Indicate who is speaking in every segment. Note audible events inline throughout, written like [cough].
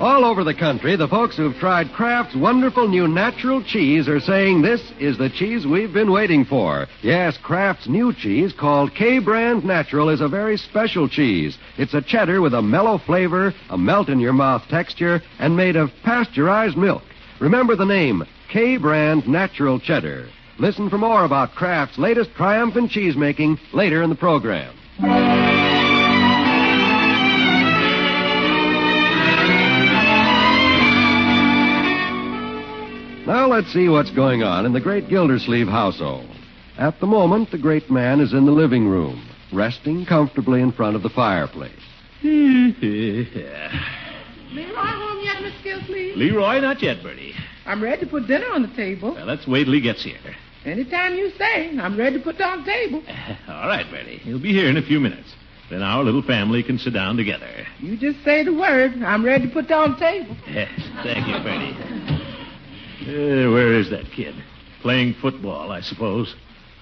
Speaker 1: All over the country, the folks who've tried Kraft's wonderful new natural cheese are saying this is the cheese we've been waiting for. Yes, Kraft's new cheese called K Brand Natural is a very special cheese. It's a cheddar with a mellow flavor, a melt in your mouth texture, and made of pasteurized milk. Remember the name, K Brand Natural Cheddar. Listen for more about Kraft's latest triumph in cheese making later in the program. Now let's see what's going on in the great Gildersleeve household. At the moment, the great man is in the living room, resting comfortably in front of the fireplace.
Speaker 2: Leroy home yet, Miss Gilsleeve?
Speaker 3: Leroy, not yet, Bertie.
Speaker 2: I'm ready to put dinner on the table.
Speaker 3: Well, let's wait till he gets here.
Speaker 2: Anytime you say, I'm ready to put it on the table.
Speaker 3: All right, Bertie. He'll be here in a few minutes. Then our little family can sit down together. [laughs]
Speaker 2: You just say the word, I'm ready to put it on the table.
Speaker 3: Yes, thank you, Bertie. Eh, where is that kid? Playing football, I suppose.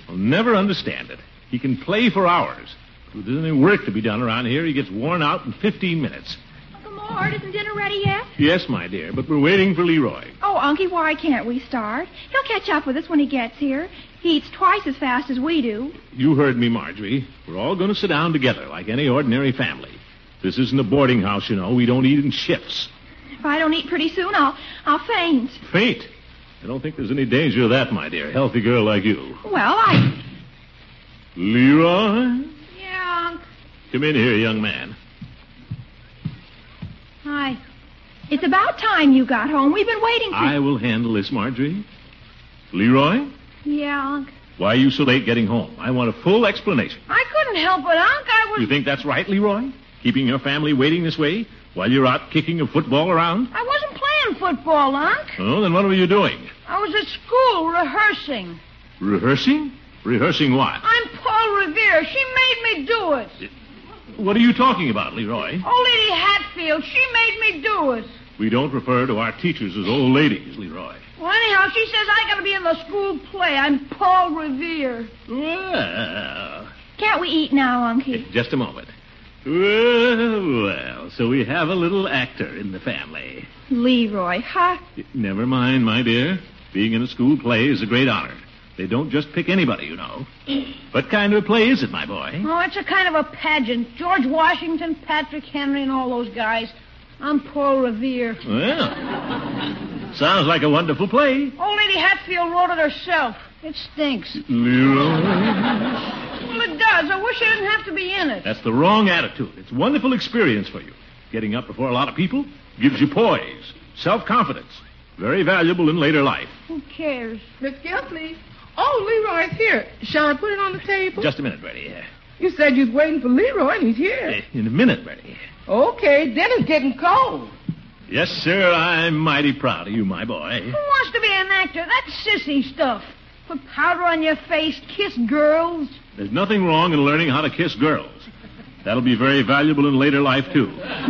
Speaker 3: I'll never understand it. He can play for hours. If there's any work to be done around here, he gets worn out in 15 minutes.
Speaker 4: Uncle Mort, isn't dinner ready yet?
Speaker 3: Yes, my dear, but we're waiting for Leroy.
Speaker 4: Oh, Unky, why can't we start? He'll catch up with us when he gets here. He eats twice as fast as we do.
Speaker 3: You heard me, Marjorie. We're all going to sit down together like any ordinary family. This isn't a boarding house, you know. We don't eat in shifts.
Speaker 4: If I don't eat pretty soon, I'll I'll faint.
Speaker 3: Faint. I don't think there's any danger of that, my dear. Healthy girl like you.
Speaker 4: Well, I
Speaker 3: Leroy?
Speaker 4: yeah, Unc.
Speaker 3: Come in here, young man.
Speaker 4: Hi. It's about time you got home. We've been waiting for
Speaker 3: I
Speaker 4: you.
Speaker 3: will handle this, Marjorie. Leroy?
Speaker 4: Yeah, Unc.
Speaker 3: Why are you so late getting home? I want a full explanation.
Speaker 4: I couldn't help it, Unc. I was
Speaker 3: You think that's right, Leroy? Keeping your family waiting this way while you're out kicking a football around?
Speaker 4: I wasn't playing football, Unc.
Speaker 3: Oh, then what were you doing?
Speaker 4: I was at school rehearsing.
Speaker 3: Rehearsing? Rehearsing what?
Speaker 4: I'm Paul Revere. She made me do it.
Speaker 3: What are you talking about, Leroy?
Speaker 4: Old Lady Hatfield, she made me do it.
Speaker 3: We don't refer to our teachers as old ladies, Leroy.
Speaker 4: Well, anyhow, she says I [coughs] gotta be in the school play. I'm Paul Revere.
Speaker 3: Well,
Speaker 4: Can't we eat now, Unky?
Speaker 3: just a moment. Well, well, so we have a little actor in the family.
Speaker 4: Leroy, huh?
Speaker 3: Never mind, my dear. Being in a school play is a great honor. They don't just pick anybody, you know. What kind of a play is it, my boy?
Speaker 4: Oh, it's a kind of a pageant. George Washington, Patrick Henry, and all those guys. I'm Paul Revere.
Speaker 3: Well, sounds like a wonderful play.
Speaker 4: Old Lady Hatfield wrote it herself. It stinks.
Speaker 3: Leroy.
Speaker 4: Well, it does. I wish I didn't have to be in it.
Speaker 3: That's the wrong attitude. It's a wonderful experience for you. Getting up before a lot of people gives you poise, self confidence. Very valuable in later life.
Speaker 4: Who cares?
Speaker 2: Miss Gilsleeve? Oh, Leroy's here. Shall I put it on the table?
Speaker 3: Just a minute, Bertie.
Speaker 2: You said you was waiting for Leroy, and he's
Speaker 3: Eh,
Speaker 2: here.
Speaker 3: In a minute, Bertie.
Speaker 2: Okay, dinner's getting
Speaker 3: [laughs]
Speaker 2: cold.
Speaker 3: Yes, sir, I'm mighty proud of you, my boy.
Speaker 4: Who wants to be an actor? That's sissy stuff. Put powder on your face, kiss girls.
Speaker 3: There's nothing wrong in learning how to kiss girls. That'll be very valuable in later life, too. [laughs]
Speaker 4: [laughs]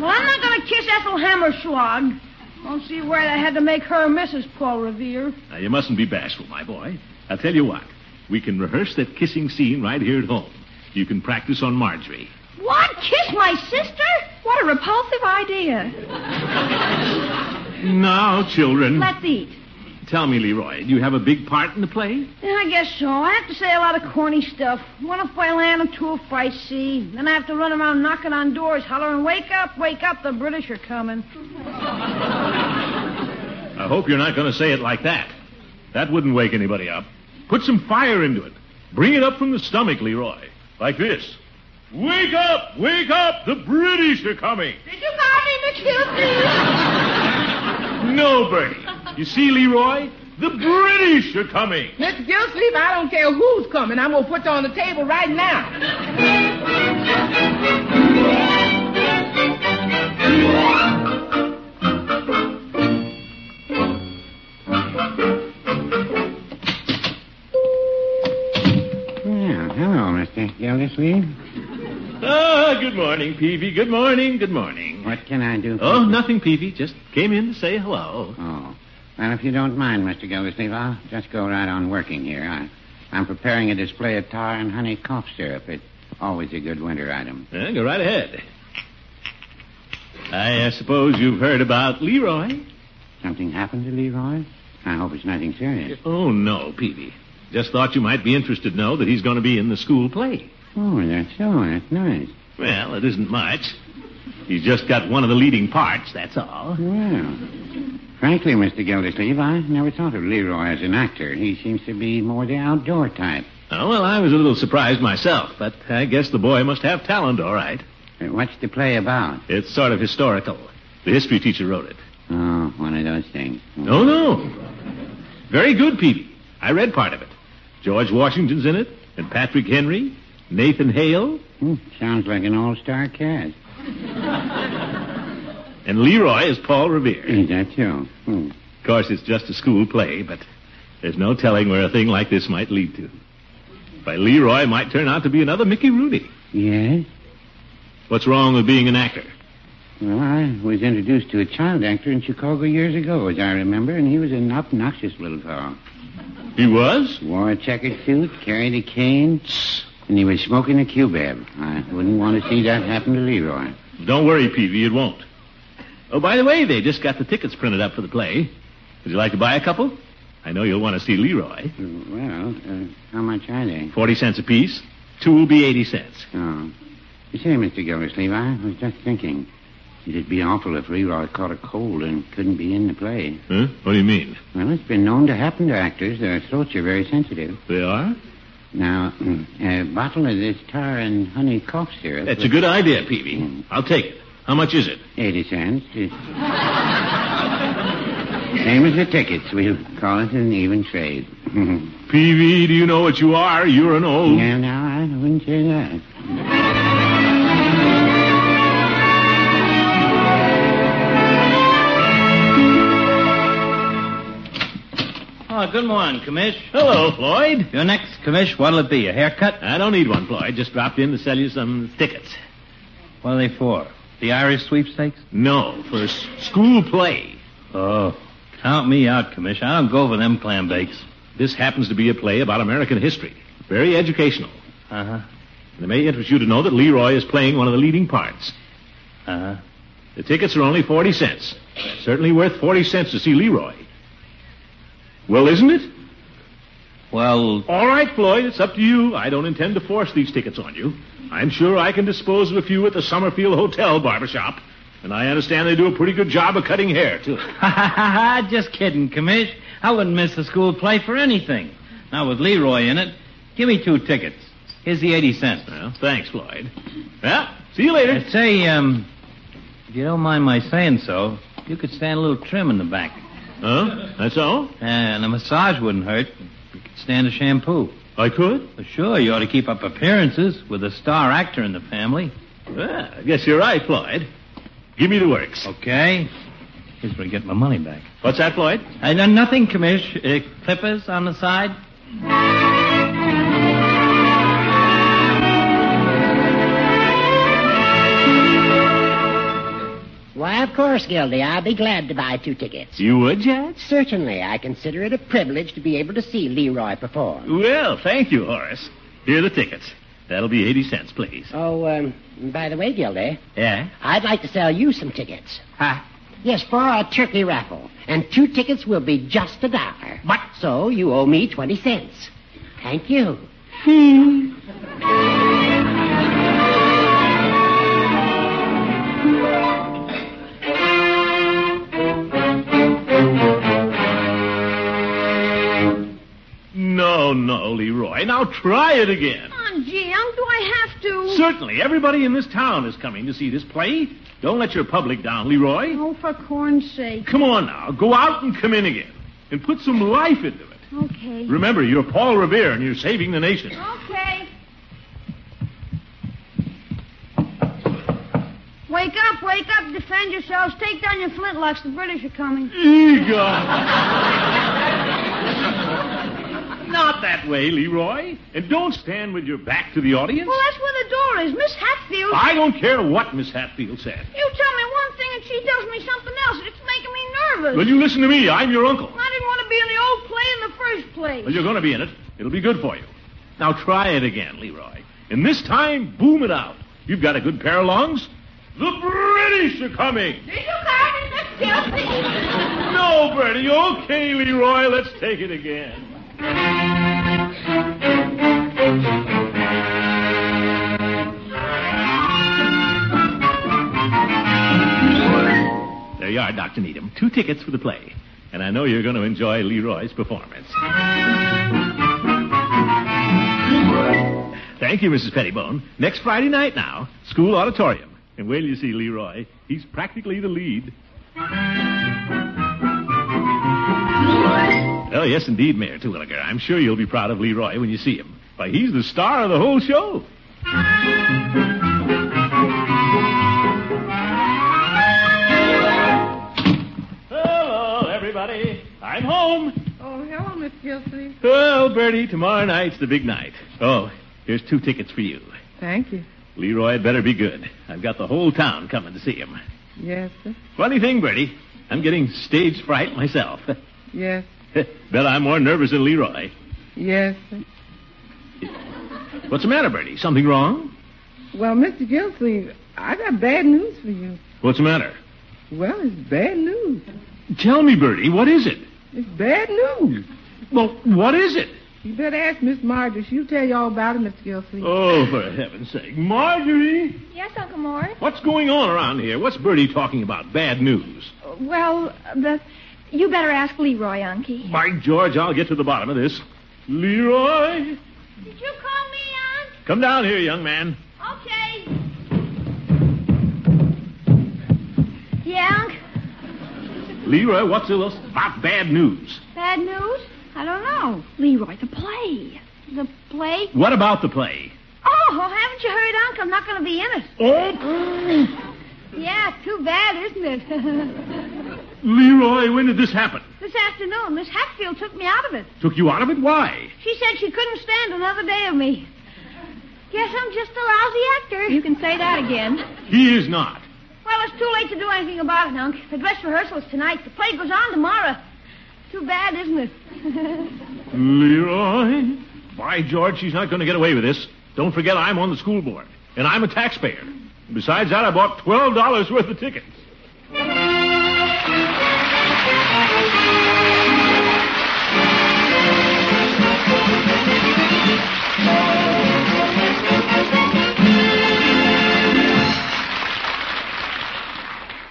Speaker 4: Well, I'm not going to kiss Ethel Hammerschlag. Don't see why I had to make her Mrs. Paul Revere.
Speaker 3: Now, you mustn't be bashful, my boy. I'll tell you what. We can rehearse that kissing scene right here at home. You can practice on Marjorie.
Speaker 4: What? Kiss my sister? What a repulsive idea.
Speaker 3: Now, children,
Speaker 4: Let's eat.
Speaker 3: tell me, Leroy, do you have a big part in the play?
Speaker 4: Yeah, I guess so. I have to say a lot of corny stuff. One if I land and two if I see. Then I have to run around knocking on doors, hollering, wake up, wake up, the British are coming.
Speaker 3: I hope you're not going to say it like that. That wouldn't wake anybody up. Put some fire into it. Bring it up from the stomach, Leroy. Like this. Wake up! Wake up! The British are coming!
Speaker 4: Did you call me
Speaker 3: No, Bertie. You see, Leroy? The British are coming.
Speaker 2: Miss Gilsleeve, I don't care who's coming. I'm going to put it on the table right now.
Speaker 5: Mr. Gildersleeve?
Speaker 3: Ah, good morning, Peavy. Good morning, good morning.
Speaker 5: What can I do for
Speaker 3: Oh,
Speaker 5: you?
Speaker 3: nothing, Peavy. Just came in to say hello.
Speaker 5: Oh. Well, if you don't mind, Mr. Gildersleeve, I'll just go right on working here. I, I'm preparing a display of tar and honey cough syrup. It's always a good winter item.
Speaker 3: Eh, go right ahead. I uh, suppose you've heard about Leroy?
Speaker 5: Something happened to Leroy? I hope it's nothing serious.
Speaker 3: Oh, no, Peavy. Just thought you might be interested to know that he's going to be in the school play.
Speaker 5: Oh, that's so. That's nice.
Speaker 3: Well, it isn't much. He's just got one of the leading parts, that's all.
Speaker 5: Well, frankly, Mr. Gildersleeve, I never thought of Leroy as an actor. He seems to be more the outdoor type.
Speaker 3: Oh, well, I was a little surprised myself, but I guess the boy must have talent, all right.
Speaker 5: Uh, What's the play about?
Speaker 3: It's sort of historical. The history teacher wrote it.
Speaker 5: Oh, one of those things.
Speaker 3: No, no. Very good, Peavy. I read part of it. George Washington's in it, and Patrick Henry, Nathan Hale,
Speaker 5: Hmm, sounds like an all-star cast.
Speaker 3: and Leroy is Paul Revere.
Speaker 5: Is that so? Hmm.
Speaker 3: Of course, it's just a school play, but there's no telling where a thing like this might lead to. Why, Leroy might turn out to be another Mickey Rooney.
Speaker 5: Yes?
Speaker 3: What's wrong with being an actor?
Speaker 5: Well, I was introduced to a child actor in Chicago years ago, as I remember, and he was an obnoxious little fellow.
Speaker 3: He was?
Speaker 5: Wore a checkered suit, carried a cane, and he was smoking a cubeb. I wouldn't want to see that happen to Leroy.
Speaker 3: Don't worry, Peavy, it won't. Oh, by the way, they just got the tickets printed up for the play. Would you like to buy a couple? I know you'll want to see Leroy.
Speaker 5: Well, uh, how much are they?
Speaker 3: Forty cents apiece. Two will be eighty cents.
Speaker 5: Oh. You say, Mr. Gildersleeve, I was just thinking. It'd be awful if Leroy caught a cold and couldn't be in the play.
Speaker 3: Huh? What do you mean?
Speaker 5: Well, it's been known to happen to actors. Their throats are very sensitive.
Speaker 3: They are?
Speaker 5: Now, mm, a bottle of this tar and honey cough syrup. Mm.
Speaker 3: That's a good idea, Peavy. I'll take it. How much is it?
Speaker 5: Eighty cents. It's... Same as the tickets. We'll call it an even trade. [laughs] yeah,
Speaker 3: Peavy, do you know what you are? You're an old.
Speaker 5: now I wouldn't say that.
Speaker 6: Oh,
Speaker 3: Ah,
Speaker 6: good morning, Commish.
Speaker 3: Hello, Floyd.
Speaker 6: Your next commish, what'll it be? A haircut?
Speaker 3: I don't need one, Floyd. Just dropped in to sell you some tickets.
Speaker 6: What are they for? The Irish sweepstakes?
Speaker 3: No, for s- school play.
Speaker 6: Oh, count me out, commish. I don't go for them clam bakes.
Speaker 3: This happens to be a play about American history. Very educational.
Speaker 6: Uh huh.
Speaker 3: And it may interest you to know that Leroy is playing one of the leading parts.
Speaker 6: Uh huh.
Speaker 3: The tickets are only 40 cents. Certainly worth 40 cents to see Leroy. Well, isn't it?
Speaker 6: Well,
Speaker 3: All right, Floyd, it's up to you. I don't intend to force these tickets on you. I'm sure I can dispose of a few at the Summerfield Hotel barbershop. And I understand they do a pretty good job of cutting hair, too.
Speaker 6: ha ha ha! [laughs] Just kidding, commish. I wouldn't miss the school play for anything. Now with Leroy in it, give me two tickets. Here's the eighty cents.
Speaker 3: Well, thanks, Floyd. Well, see you later.
Speaker 6: say, um, if you don't mind my saying so, you could stand a little trim in the back, Uh,
Speaker 3: Huh? That's all?
Speaker 6: and a massage wouldn't hurt. You could stand a shampoo.
Speaker 3: I could?
Speaker 6: Well, sure, you ought to keep up appearances with a star actor in the family.
Speaker 3: Well, I guess you're right, Floyd. Give me the works.
Speaker 6: Okay? Here's where I get my money back.
Speaker 3: What's that, Floyd?
Speaker 6: I done nothing, Commish. Uh, clippers on the side?
Speaker 7: Why, of course, Gildy. I'll be glad to buy two tickets.
Speaker 3: You would, Jack?
Speaker 7: Certainly, I consider it a privilege to be able to see Leroy perform.
Speaker 3: Well, thank you, Horace. Here are the tickets. That'll be 80 cents, please.
Speaker 7: Oh, um, by the way, Gildy,
Speaker 3: Yeah?
Speaker 7: I'd like to sell you some tickets.
Speaker 3: Ha.
Speaker 7: Yes, for a turkey raffle. And two tickets will be just a dollar. But so you owe me 20 cents. Thank you.
Speaker 3: No, no, Leroy. Now try it again.
Speaker 4: Come on, Jim. Do I have to?
Speaker 3: Certainly, everybody in this town is coming to see this play. Don't let your public down, Leroy.
Speaker 4: Oh, for corn's sake.
Speaker 3: Come on now, go out and come in again. And put some life into it.
Speaker 4: Okay.
Speaker 3: Remember, you're Paul Revere and you're saving the nation.
Speaker 4: Okay. Wake up, wake up, defend yourselves. Take down your flintlocks. The British are coming.
Speaker 3: Eager. Not that way, Leroy. And don't stand with your back to the audience.
Speaker 4: Well, that's where the door is. Miss Hatfield.
Speaker 3: I don't care what Miss Hatfield said.
Speaker 4: You tell me one thing and she tells me something else. It's making me nervous.
Speaker 3: Will you listen to me? I'm your uncle.
Speaker 4: I didn't want to be in the old play in the first place.
Speaker 3: Well, you're going to be in it. It'll be good for you. Now try it again, Leroy. And this time, boom it out. You've got a good pair of lungs. The British are coming.
Speaker 4: Did you guys just kill me?
Speaker 3: No, Bertie. Okay, Leroy. Let's take it again. There you are, Dr. Needham. Two tickets for the play. And I know you're going to enjoy Leroy's performance. Thank you, Mrs. Pettibone. Next Friday night now, school auditorium. And wait till you see Leroy. He's practically the lead. [laughs] Oh, yes, indeed, Mayor Terwilliger. I'm sure you'll be proud of Leroy when you see him. Why, he's the star of the whole show. Hello, everybody. I'm home.
Speaker 2: Oh, hello, Miss Gilsey.
Speaker 3: Well, Bertie, tomorrow night's the big night. Oh, here's two tickets for you.
Speaker 2: Thank you.
Speaker 3: Leroy had better be good. I've got the whole town coming to see him.
Speaker 2: Yes, sir.
Speaker 3: Funny thing, Bertie. I'm getting stage fright myself. [laughs]
Speaker 2: Yes.
Speaker 3: Bet I'm more nervous than Leroy.
Speaker 2: Yes, sir.
Speaker 3: What's the matter, Bertie? Something wrong?
Speaker 2: Well, Mr. Gilsey, I got bad news for you.
Speaker 3: What's the matter?
Speaker 2: Well, it's bad news.
Speaker 3: Tell me, Bertie, what is it?
Speaker 2: It's bad news.
Speaker 3: Well, what is it?
Speaker 2: You better ask Miss Marjorie. She'll tell you all about it, Mr. Gilsey.
Speaker 3: Oh,
Speaker 2: [laughs]
Speaker 3: for heaven's sake. Marjorie!
Speaker 8: Yes, Uncle Mort.
Speaker 3: What's going on around here? What's Bertie talking about? Bad news.
Speaker 8: Well, the, you better ask Leroy, Unky.
Speaker 3: By George, I'll get to the bottom of this. Leroy!
Speaker 4: Did you call me, Aunt?
Speaker 3: Come down here, young man.
Speaker 4: Okay. Yeah, Unc?
Speaker 3: Leroy, what's all this about bad news?
Speaker 4: Bad news? I don't know.
Speaker 8: Leroy, the play.
Speaker 4: The play?
Speaker 3: What about the play?
Speaker 4: Oh, well, haven't you heard, Unc? I'm not going to be in it.
Speaker 3: Oh,
Speaker 4: [gasps] Yeah, too bad, isn't it?
Speaker 3: Leroy, when did this happen?
Speaker 4: [laughs] this afternoon, Miss Hatfield took me out of it.
Speaker 3: Took you out of it? Why?
Speaker 4: She said she couldn't stand another day of me. Guess I'm just a lousy actor. You can say that again.
Speaker 3: He is not.
Speaker 4: Well, it's too late to do anything about it, Unc. The dress rehearsal's tonight. The play goes on tomorrow. Too bad, isn't it? [laughs]
Speaker 3: Leroy? By George, she's not going to get away with this. Don't forget, I'm on the school board, and I'm a taxpayer. Besides that, I bought $12 worth of tickets.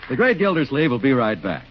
Speaker 1: The Great Gildersleeve will be right back.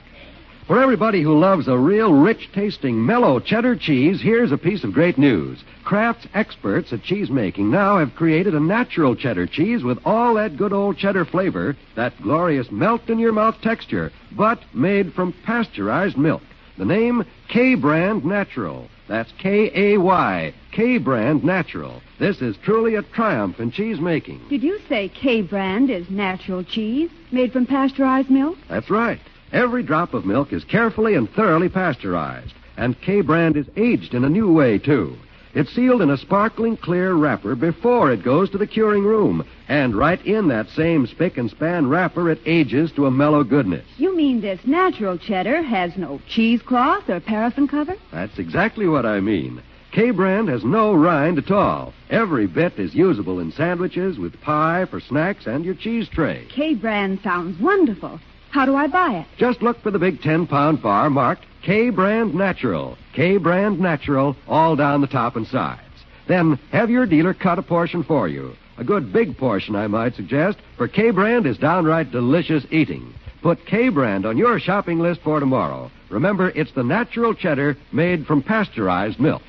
Speaker 1: For everybody who loves a real rich tasting mellow cheddar cheese, here's a piece of great news. Kraft's experts at cheese making now have created a natural cheddar cheese with all that good old cheddar flavor, that glorious melt in your mouth texture, but made from pasteurized milk. The name K Brand Natural. That's K A Y, K Brand Natural. This is truly a triumph in cheese making.
Speaker 9: Did you say K brand is natural cheese made from pasteurized milk?
Speaker 1: That's right. Every drop of milk is carefully and thoroughly pasteurized, and K brand is aged in a new way, too. It's sealed in a sparkling clear wrapper before it goes to the curing room, and right in that same spick and span wrapper it ages to a mellow goodness.
Speaker 9: You mean this natural cheddar has no cheesecloth or paraffin cover?
Speaker 1: That's exactly what I mean. K brand has no rind at all. Every bit is usable in sandwiches, with pie, for snacks, and your cheese tray.
Speaker 9: K brand sounds wonderful. How do I buy it?
Speaker 1: Just look for the big 10 pound bar marked K Brand Natural. K Brand Natural, all down the top and sides. Then have your dealer cut a portion for you. A good big portion, I might suggest, for K Brand is downright delicious eating. Put K Brand on your shopping list for tomorrow. Remember, it's the natural cheddar made from pasteurized milk.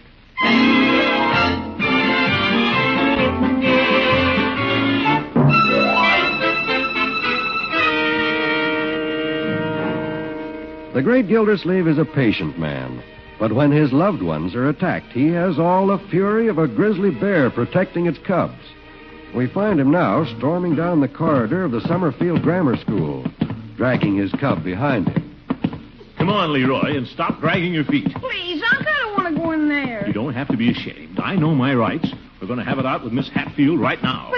Speaker 1: The great Gildersleeve is a patient man, but when his loved ones are attacked, he has all the fury of a grizzly bear protecting its cubs. We find him now storming down the corridor of the Summerfield Grammar School, dragging his cub behind him.
Speaker 3: Come on, Leroy, and stop dragging your feet.
Speaker 4: Please, Unc, I don't want to go in there.
Speaker 3: You don't have to be ashamed. I know my rights. We're going to have it out with Miss Hatfield right now.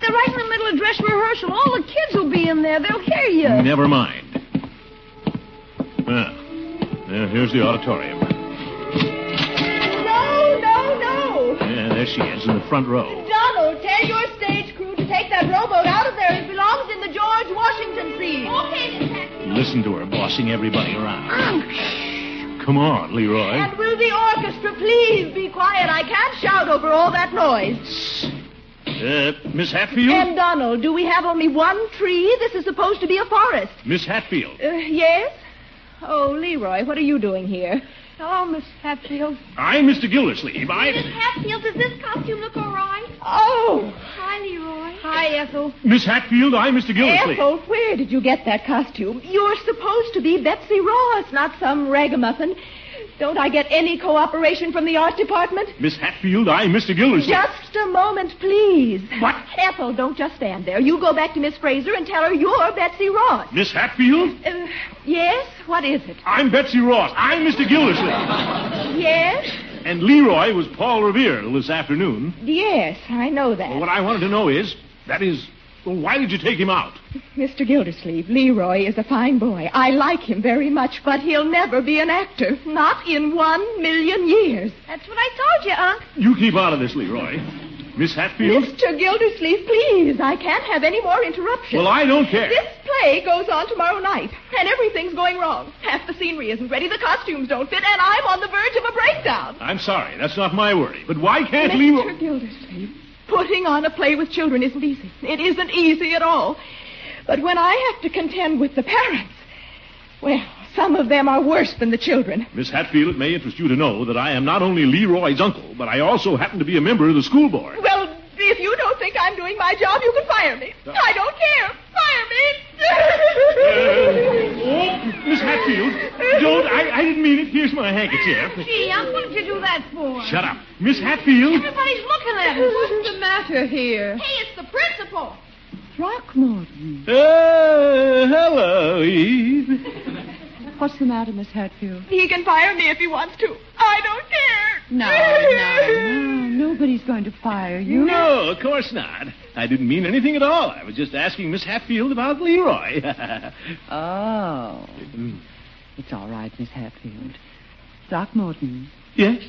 Speaker 4: They're right in the middle of dress rehearsal. All the kids will be in there. They'll hear you.
Speaker 3: Never mind. Now, now, here's the auditorium.
Speaker 10: No, no, no.
Speaker 3: Yeah, there she is in the front row.
Speaker 10: Donald, tell your stage crew to take that rowboat out of there. It belongs in the George Washington seat. Okay, Detective.
Speaker 3: Listen to her bossing everybody around. Come on, Leroy.
Speaker 10: Oh, And will the orchestra please be quiet? I can't shout over all that noise.
Speaker 3: Uh, Miss Hatfield?
Speaker 10: And Donald, do we have only one tree? This is supposed to be a forest.
Speaker 3: Miss Hatfield.
Speaker 10: Uh, yes? Oh, Leroy, what are you doing here? Hello, Oh, Miss Hatfield.
Speaker 3: I'm Mr. Gildersleeve. I.
Speaker 10: Hatfield, does this costume look all right? Oh!
Speaker 8: Hi, Leroy.
Speaker 10: Hi, Ethel.
Speaker 3: Miss Hatfield, I'm Mr. Gildersleeve.
Speaker 10: Ethel, where did you get that costume? You're supposed to be Betsy Ross, not some ragamuffin. Don't I get any cooperation from the art department?
Speaker 3: Miss Hatfield, I'm Mr. Gildersleeve.
Speaker 10: Just a moment, please. What? Ethel, don't just stand there. You go back to Miss Fraser and tell her you're Betsy Ross.
Speaker 3: Miss Hatfield?
Speaker 10: Uh, yes? What is it?
Speaker 3: I'm Betsy Ross. I'm Mr. Gildersleeve.
Speaker 10: Yes?
Speaker 3: And Leroy was Paul Revere till this afternoon.
Speaker 10: Yes, I know that.
Speaker 3: What I wanted to know is, that is, well, why did you take him out?
Speaker 10: Mr. Gildersleeve, Leroy is a fine boy. I like him very much, but he'll never be an actor. Not in one million years. That's what I told you, Unc.
Speaker 3: You keep out of this, Leroy. Miss Hatfield?
Speaker 10: Mr. Gildersleeve, please. I can't have any more interruptions.
Speaker 3: Well, I don't care.
Speaker 10: This play goes on tomorrow night, and everything's going wrong. Half the scenery isn't ready, the costumes don't fit, and I'm on the verge of a breakdown.
Speaker 3: I'm sorry, that's not my worry. But why can't
Speaker 10: Mr.
Speaker 3: Leroy.
Speaker 10: Gildersleeve, putting on a play with children isn't easy. It isn't easy at all. But when I have to contend with the parents, well, some of them are worse than the children.
Speaker 3: Miss Hatfield, it may interest you to know that I am not only Leroy's uncle, but I also happen to be a member of the
Speaker 10: [laughs]
Speaker 3: school board.
Speaker 10: Well, if you don't think I'm doing my job, you can fire me. I don't care. Fire me.
Speaker 3: Oh, Miss Hatfield, don't. I, I didn't mean it. Here's my handkerchief.
Speaker 4: Gee, Unc, what did you do that for?
Speaker 3: Shut up. Miss Hatfield?
Speaker 4: Everybody's looking at us.
Speaker 2: What's the matter here?
Speaker 10: Hey, it's the principal.
Speaker 2: Throckmorton.
Speaker 3: Uh, hello, Eve.
Speaker 2: What's the matter, Miss Hatfield?
Speaker 10: He can fire me if he wants to. I don't care.
Speaker 2: No, no, no. Nobody's going to fire you.
Speaker 3: No, of course not. I didn't mean anything at all. I was just asking Miss Hatfield about Leroy. [laughs]
Speaker 2: Oh. It's all right, Miss Hatfield. Throckmorton,
Speaker 3: yes?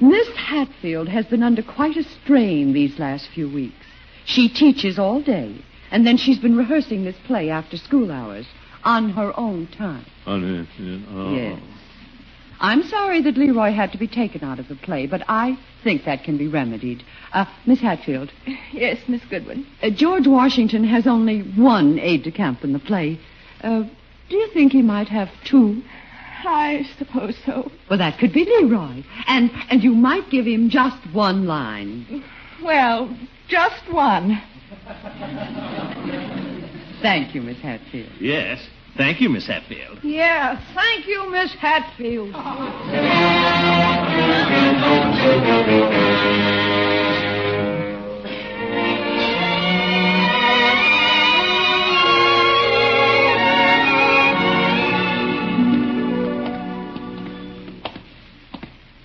Speaker 2: Miss Hatfield has been under quite a strain these last few weeks. She teaches all day, and then she's been rehearsing this play after school hours on her own time.
Speaker 3: On, Oh,
Speaker 2: Yes. I'm sorry that Leroy had to be taken out of the play, but I think that can be remedied. Uh, Miss Hatfield,
Speaker 10: [laughs] Yes, Miss Goodwin.
Speaker 2: uh, George Washington has only one aide de camp in the play. Uh, do you think he might have two?
Speaker 10: I suppose so.
Speaker 2: Well, that could be Leroy. And, and you might give him just one line.
Speaker 10: Well, just one.
Speaker 2: Thank you, Miss Hatfield.
Speaker 3: Yes. Thank you, Miss Hatfield.
Speaker 4: Yeah, thank you, Miss Hatfield.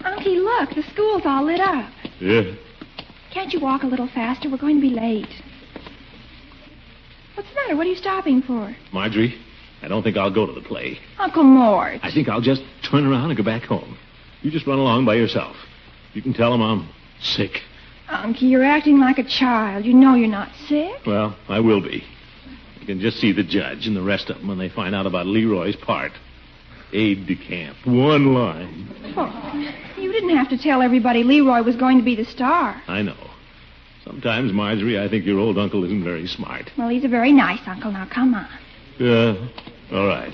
Speaker 8: Auntie, look, the school's all lit up.
Speaker 3: Yeah.
Speaker 8: Can't you walk a little faster? We're going to be late. What's the matter? What are you stopping for?
Speaker 3: Marjorie, I don't think I'll go to the play.
Speaker 8: Uncle Mort.
Speaker 3: I think I'll just turn around and go back home. You just run along by yourself. You can tell them I'm sick.
Speaker 8: Unky, you're acting like a child. You know you're not sick.
Speaker 3: Well, I will be. You can just see the judge and the rest of them when they find out about Leroy's part. Aide de camp. One line.
Speaker 8: Oh, you didn't have to tell everybody Leroy was going to be the star.
Speaker 3: I know. Sometimes, Marjorie, I think your old uncle isn't very smart.
Speaker 8: Well, he's a very nice uncle. Now, come on.
Speaker 3: Uh, all right.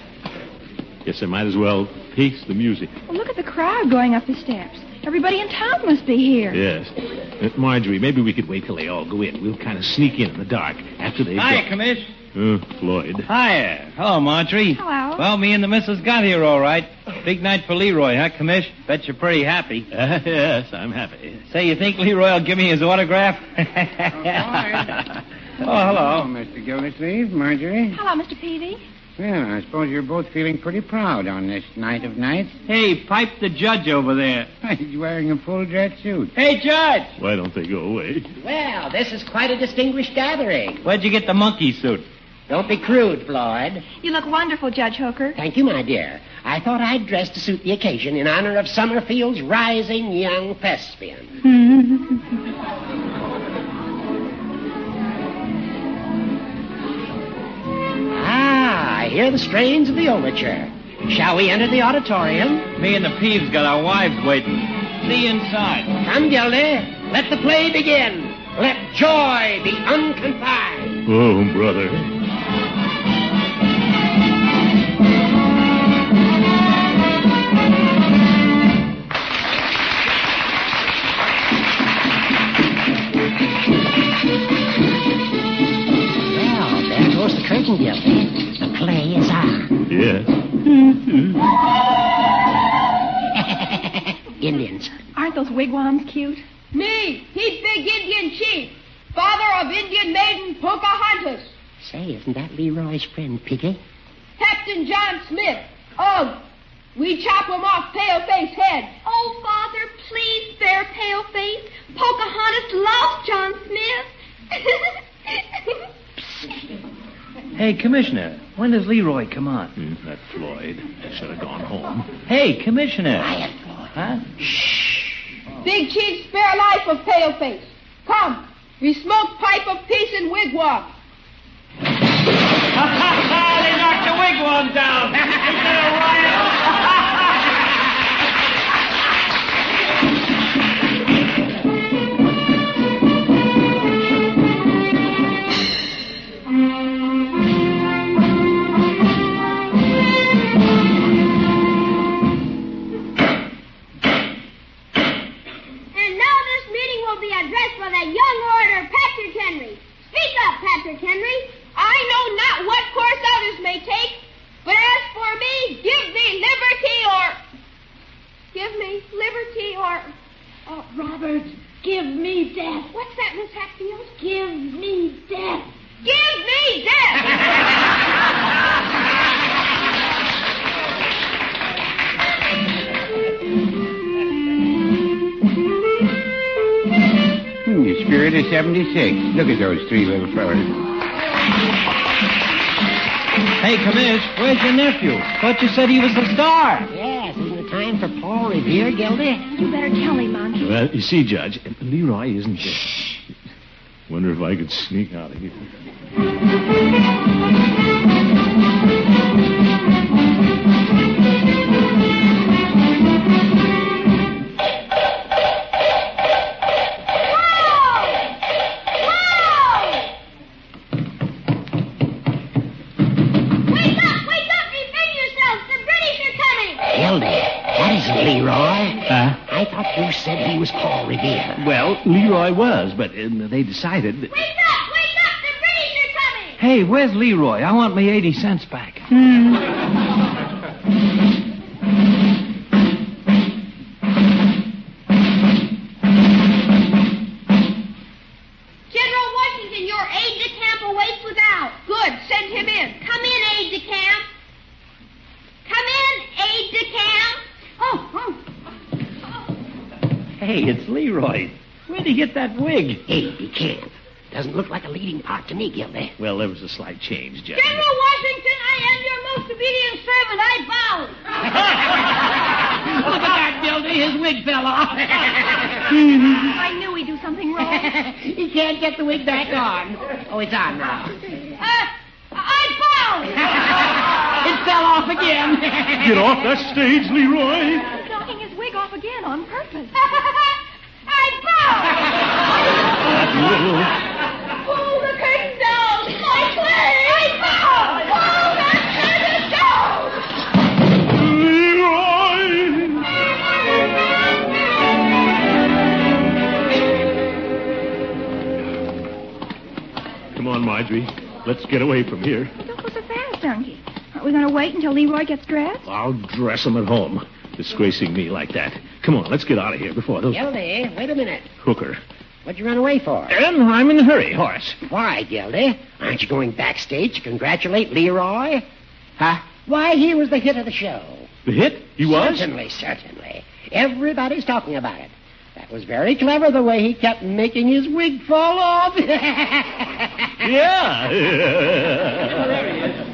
Speaker 3: Guess I might as well pace the music.
Speaker 8: Well, look at the crowd going up the steps. Everybody in town must be here.
Speaker 3: Yes. Uh, Marjorie, maybe we could wait till they all go in. We'll kind of sneak in in the dark after they.
Speaker 6: Hiya, Commish.
Speaker 3: go. Uh, Floyd.
Speaker 6: Hiya. Hello, Marjorie.
Speaker 8: Hello.
Speaker 6: Well, me and the missus got here all right. Big night for Leroy, huh, Commish? Bet you're pretty happy.
Speaker 3: Uh, [laughs] yes, I'm happy.
Speaker 6: Say, you think Leroy will give me his autograph? [laughs] oh,
Speaker 5: hi.
Speaker 6: hello.
Speaker 5: [laughs] Mr. Oh, Gildersleeve, Marjorie.
Speaker 8: Hello, Mr. Peavy.
Speaker 5: Well, I suppose you're both feeling pretty proud on this night of nights.
Speaker 6: Hey, pipe the judge over there.
Speaker 5: [laughs] He's wearing a full dress suit.
Speaker 7: Hey, Judge!
Speaker 3: Why don't they go away?
Speaker 7: Well, this is quite a distinguished gathering.
Speaker 6: Where'd you get the monkey suit?
Speaker 7: Don't be crude, Floyd.
Speaker 8: You look wonderful, Judge Hooker.
Speaker 7: Thank you, my dear. I thought I'd dress to suit the occasion in honor of Summerfield's rising young thespian. Ah, I hear the strains of the overture. Shall we enter the auditorium?
Speaker 6: Me and the Peeves got our wives waiting. See you inside.
Speaker 7: Come, Gildy. Let the play begin. Let joy be unconfined.
Speaker 3: Oh, brother.
Speaker 7: Well, there goes the curtain, Gildy. The play is on.
Speaker 3: Yes.
Speaker 7: [laughs] Indians.
Speaker 8: Aren't those wigwams cute?
Speaker 4: Me, Pete Big Indian Chief, father of Indian maiden Pocahontas,
Speaker 7: Say, isn't that Leroy's friend, Piggy?
Speaker 4: Captain John Smith. Ugh, we chop him off paleface head.
Speaker 8: Oh, Father, please spare Paleface. Pocahontas loves John [laughs] Smith.
Speaker 6: Hey, Commissioner, when does Leroy come on?
Speaker 3: Hmm, That Floyd. I should have gone home.
Speaker 6: Hey, Commissioner.
Speaker 7: Quiet, Floyd.
Speaker 6: Huh?
Speaker 4: Big Chief, spare life of paleface. Come, we smoke pipe of peace and wigwam.
Speaker 6: they knocked the wigwam down. Isn't that a riot?
Speaker 8: And now this meeting will be addressed by the young orator, Patrick Henry. Speak up, Patrick Henry.
Speaker 4: I know not what course others may take, but as for me, give me liberty or.
Speaker 8: Give me liberty or. Oh, Robert, give me death. What's that, Miss Hatfield? Give me death.
Speaker 4: Give me death!
Speaker 5: Hmm, the spirit of 76. Look at those three little fellas.
Speaker 6: Hey, Commish, where's your nephew? Thought you said he was the star.
Speaker 7: Yes, isn't it time for Paul Revere, Gildy?
Speaker 8: Eh, You better tell him, Monkey.
Speaker 3: Well, you see, Judge, Leroy isn't here. Wonder if I could sneak out of here.
Speaker 8: Wake up! Wake up! Defend yourselves! The British are coming!
Speaker 7: Gildy, that isn't Leroy.
Speaker 3: Huh?
Speaker 7: I thought you said he was Paul Revere.
Speaker 3: Well, Leroy was, but um, they decided that.
Speaker 8: Wake up! Wake up! The British are coming!
Speaker 6: Hey, where's Leroy? I want me 80 cents back.
Speaker 8: Hmm. General Washington, your aide de camp awaits without.
Speaker 4: Good, send him in.
Speaker 8: Come in, aide de camp. Come in, aide de camp. Oh, oh.
Speaker 6: Hey, it's Leroy. Where'd he get that wig?
Speaker 7: Hey, he can't. Doesn't look like a leading part to me, Gildy.
Speaker 3: Well, there was a slight change, Judge.
Speaker 4: General Washington, I am your most obedient servant, I vow.
Speaker 7: [laughs] Look at that, Gildy. His wig fell off.
Speaker 8: [laughs] I knew he'd do something wrong.
Speaker 7: [laughs] he can't get the wig back on. Oh, it's on now.
Speaker 4: Uh, I
Speaker 7: it fell off again.
Speaker 3: Get off that stage, Leroy!
Speaker 8: He's knocking his wig off again on purpose.
Speaker 4: vow! [laughs] I vow! [laughs]
Speaker 3: That little-
Speaker 4: Pull the curtain down! My play! I vow! Pull that curtain down!
Speaker 3: Leroy! Come on, Marjorie. Let's get away from here.
Speaker 8: Don't go so fast, Donkey. Aren't we going to wait until Leroy gets dressed?
Speaker 3: I'll dress him at home, disgracing me like that. Come on, let's get out of here before those
Speaker 7: Gildy, wait a minute.
Speaker 3: hooker.
Speaker 7: What'd you run away for?
Speaker 3: And I'm in a hurry, horse.
Speaker 7: Why, Gildy? Aren't you going backstage to congratulate Leroy? Huh? Why, he was the hit of the show.
Speaker 3: The hit? He was?
Speaker 7: Certainly, certainly. Everybody's talking about it. That was very clever the way he kept making his wig fall off. [laughs]
Speaker 3: Yeah.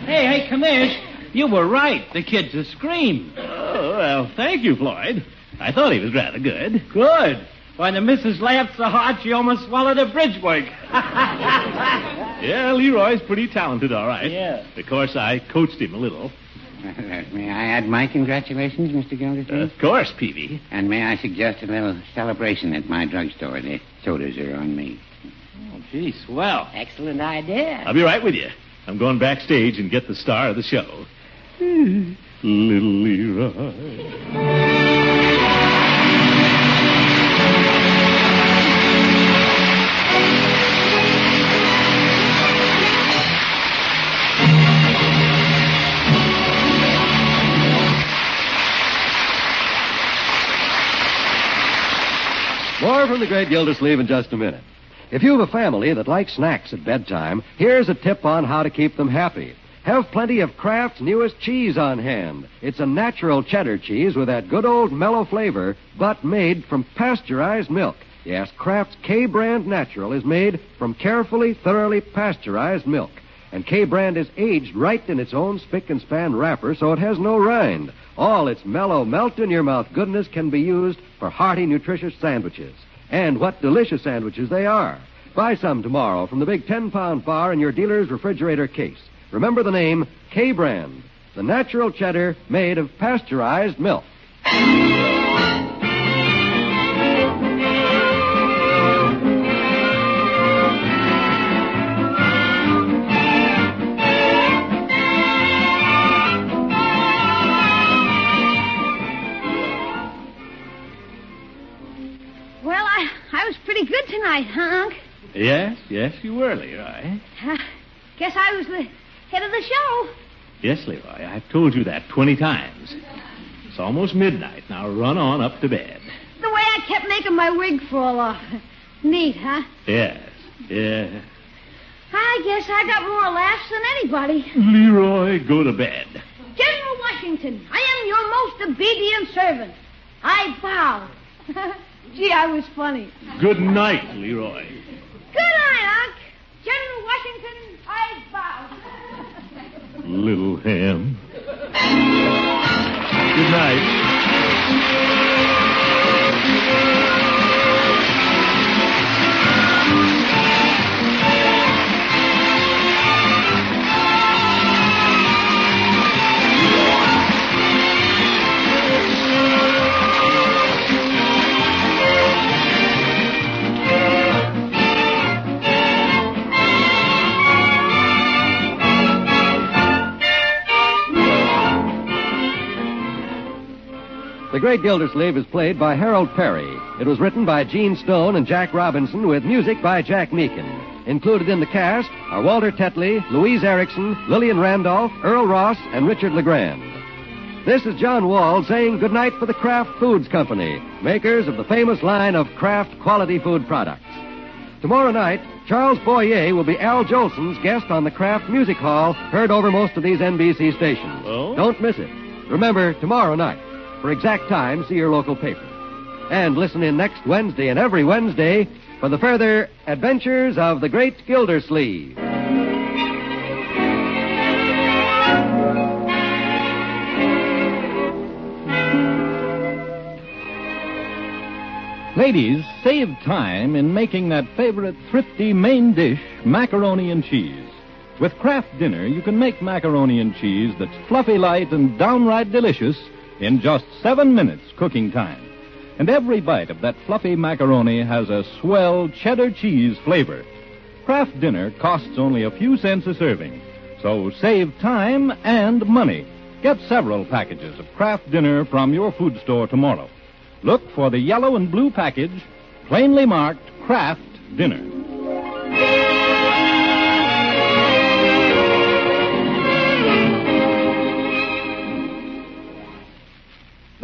Speaker 6: Hey, hey, Commish, you were right. The kid's a scream.
Speaker 3: Oh, well, thank you, Floyd. I thought he was rather good.
Speaker 6: Good. Why, the missus laughed so hard she almost swallowed her bridge work.
Speaker 3: Yeah, Leroy's pretty talented, all right.
Speaker 6: Yeah.
Speaker 3: Of course, I coached him a little.
Speaker 5: May I add my congratulations, Mr. Gildersleeve?
Speaker 3: Of course, Peavy.
Speaker 5: And may I suggest a little celebration at my drugstore? The sodas are on me.
Speaker 6: Oh, gee, swell.
Speaker 7: Excellent idea.
Speaker 3: I'll be right with you. I'm going backstage and get the star of the show. Little Leroy.
Speaker 1: More from the great Gildersleeve in just a minute. If you have a family that likes snacks at bedtime, here's a tip on how to keep them happy. Have plenty of Kraft's newest cheese on hand. It's a natural cheddar cheese with that good old mellow flavor, but made from pasteurized milk. Yes, Kraft's K brand natural is made from carefully, thoroughly pasteurized milk. And K brand is aged right in its own spick and span wrapper, so it has no rind. All its mellow, melt in your mouth goodness can be used for hearty, nutritious sandwiches. And what delicious sandwiches they are! Buy some tomorrow from the big 10 pound bar in your dealer's refrigerator case. Remember the name K brand, the natural cheddar made of pasteurized milk.
Speaker 4: Well, I, I was pretty good tonight, huh, Unc?
Speaker 3: Yes, yes, you were, Leroy.
Speaker 4: Uh, guess I was the head of the show.
Speaker 3: Yes, Leroy, I've told you that 20 times. It's almost midnight. Now run on up to bed.
Speaker 4: The way I kept making my wig fall off. [laughs] Neat, huh?
Speaker 3: Yes, yes.
Speaker 4: I guess I got more laughs than anybody.
Speaker 3: Leroy, go to bed.
Speaker 4: General Washington, I am your most obedient servant. I bow. [laughs] Gee, I was funny.
Speaker 3: Good night, Leroy.
Speaker 4: Good night, Unc. General Washington, I bow.
Speaker 3: Little ham.
Speaker 4: [laughs]
Speaker 3: Good night.
Speaker 1: The Great Gildersleeve is played by Harold Perry. It was written by Gene Stone and Jack Robinson with music by Jack Meakin. Included in the cast are Walter Tetley, Louise Erickson, Lillian Randolph, Earl Ross, and Richard LeGrand. This is John Wall saying goodnight for the Kraft Foods Company, makers of the famous line of Kraft quality food products. Tomorrow night, Charles Boyer will be Al Jolson's guest on the Kraft Music Hall, heard over most of these NBC stations.
Speaker 3: Oh?
Speaker 1: Don't miss it. Remember, tomorrow night. For exact time, see your local paper. And listen in next Wednesday and every Wednesday for the further adventures of the great Gildersleeve.
Speaker 11: Ladies, save time in making that favorite thrifty main dish, macaroni and cheese. With Kraft Dinner, you can make macaroni and cheese that's fluffy light and downright delicious in just seven minutes cooking time. And every bite of that fluffy macaroni has a swell cheddar cheese flavor. Kraft Dinner costs only a few cents a serving, so save time and money. Get several packages of Kraft Dinner from your food store tomorrow. Look for the yellow and blue package, plainly marked Kraft Dinner.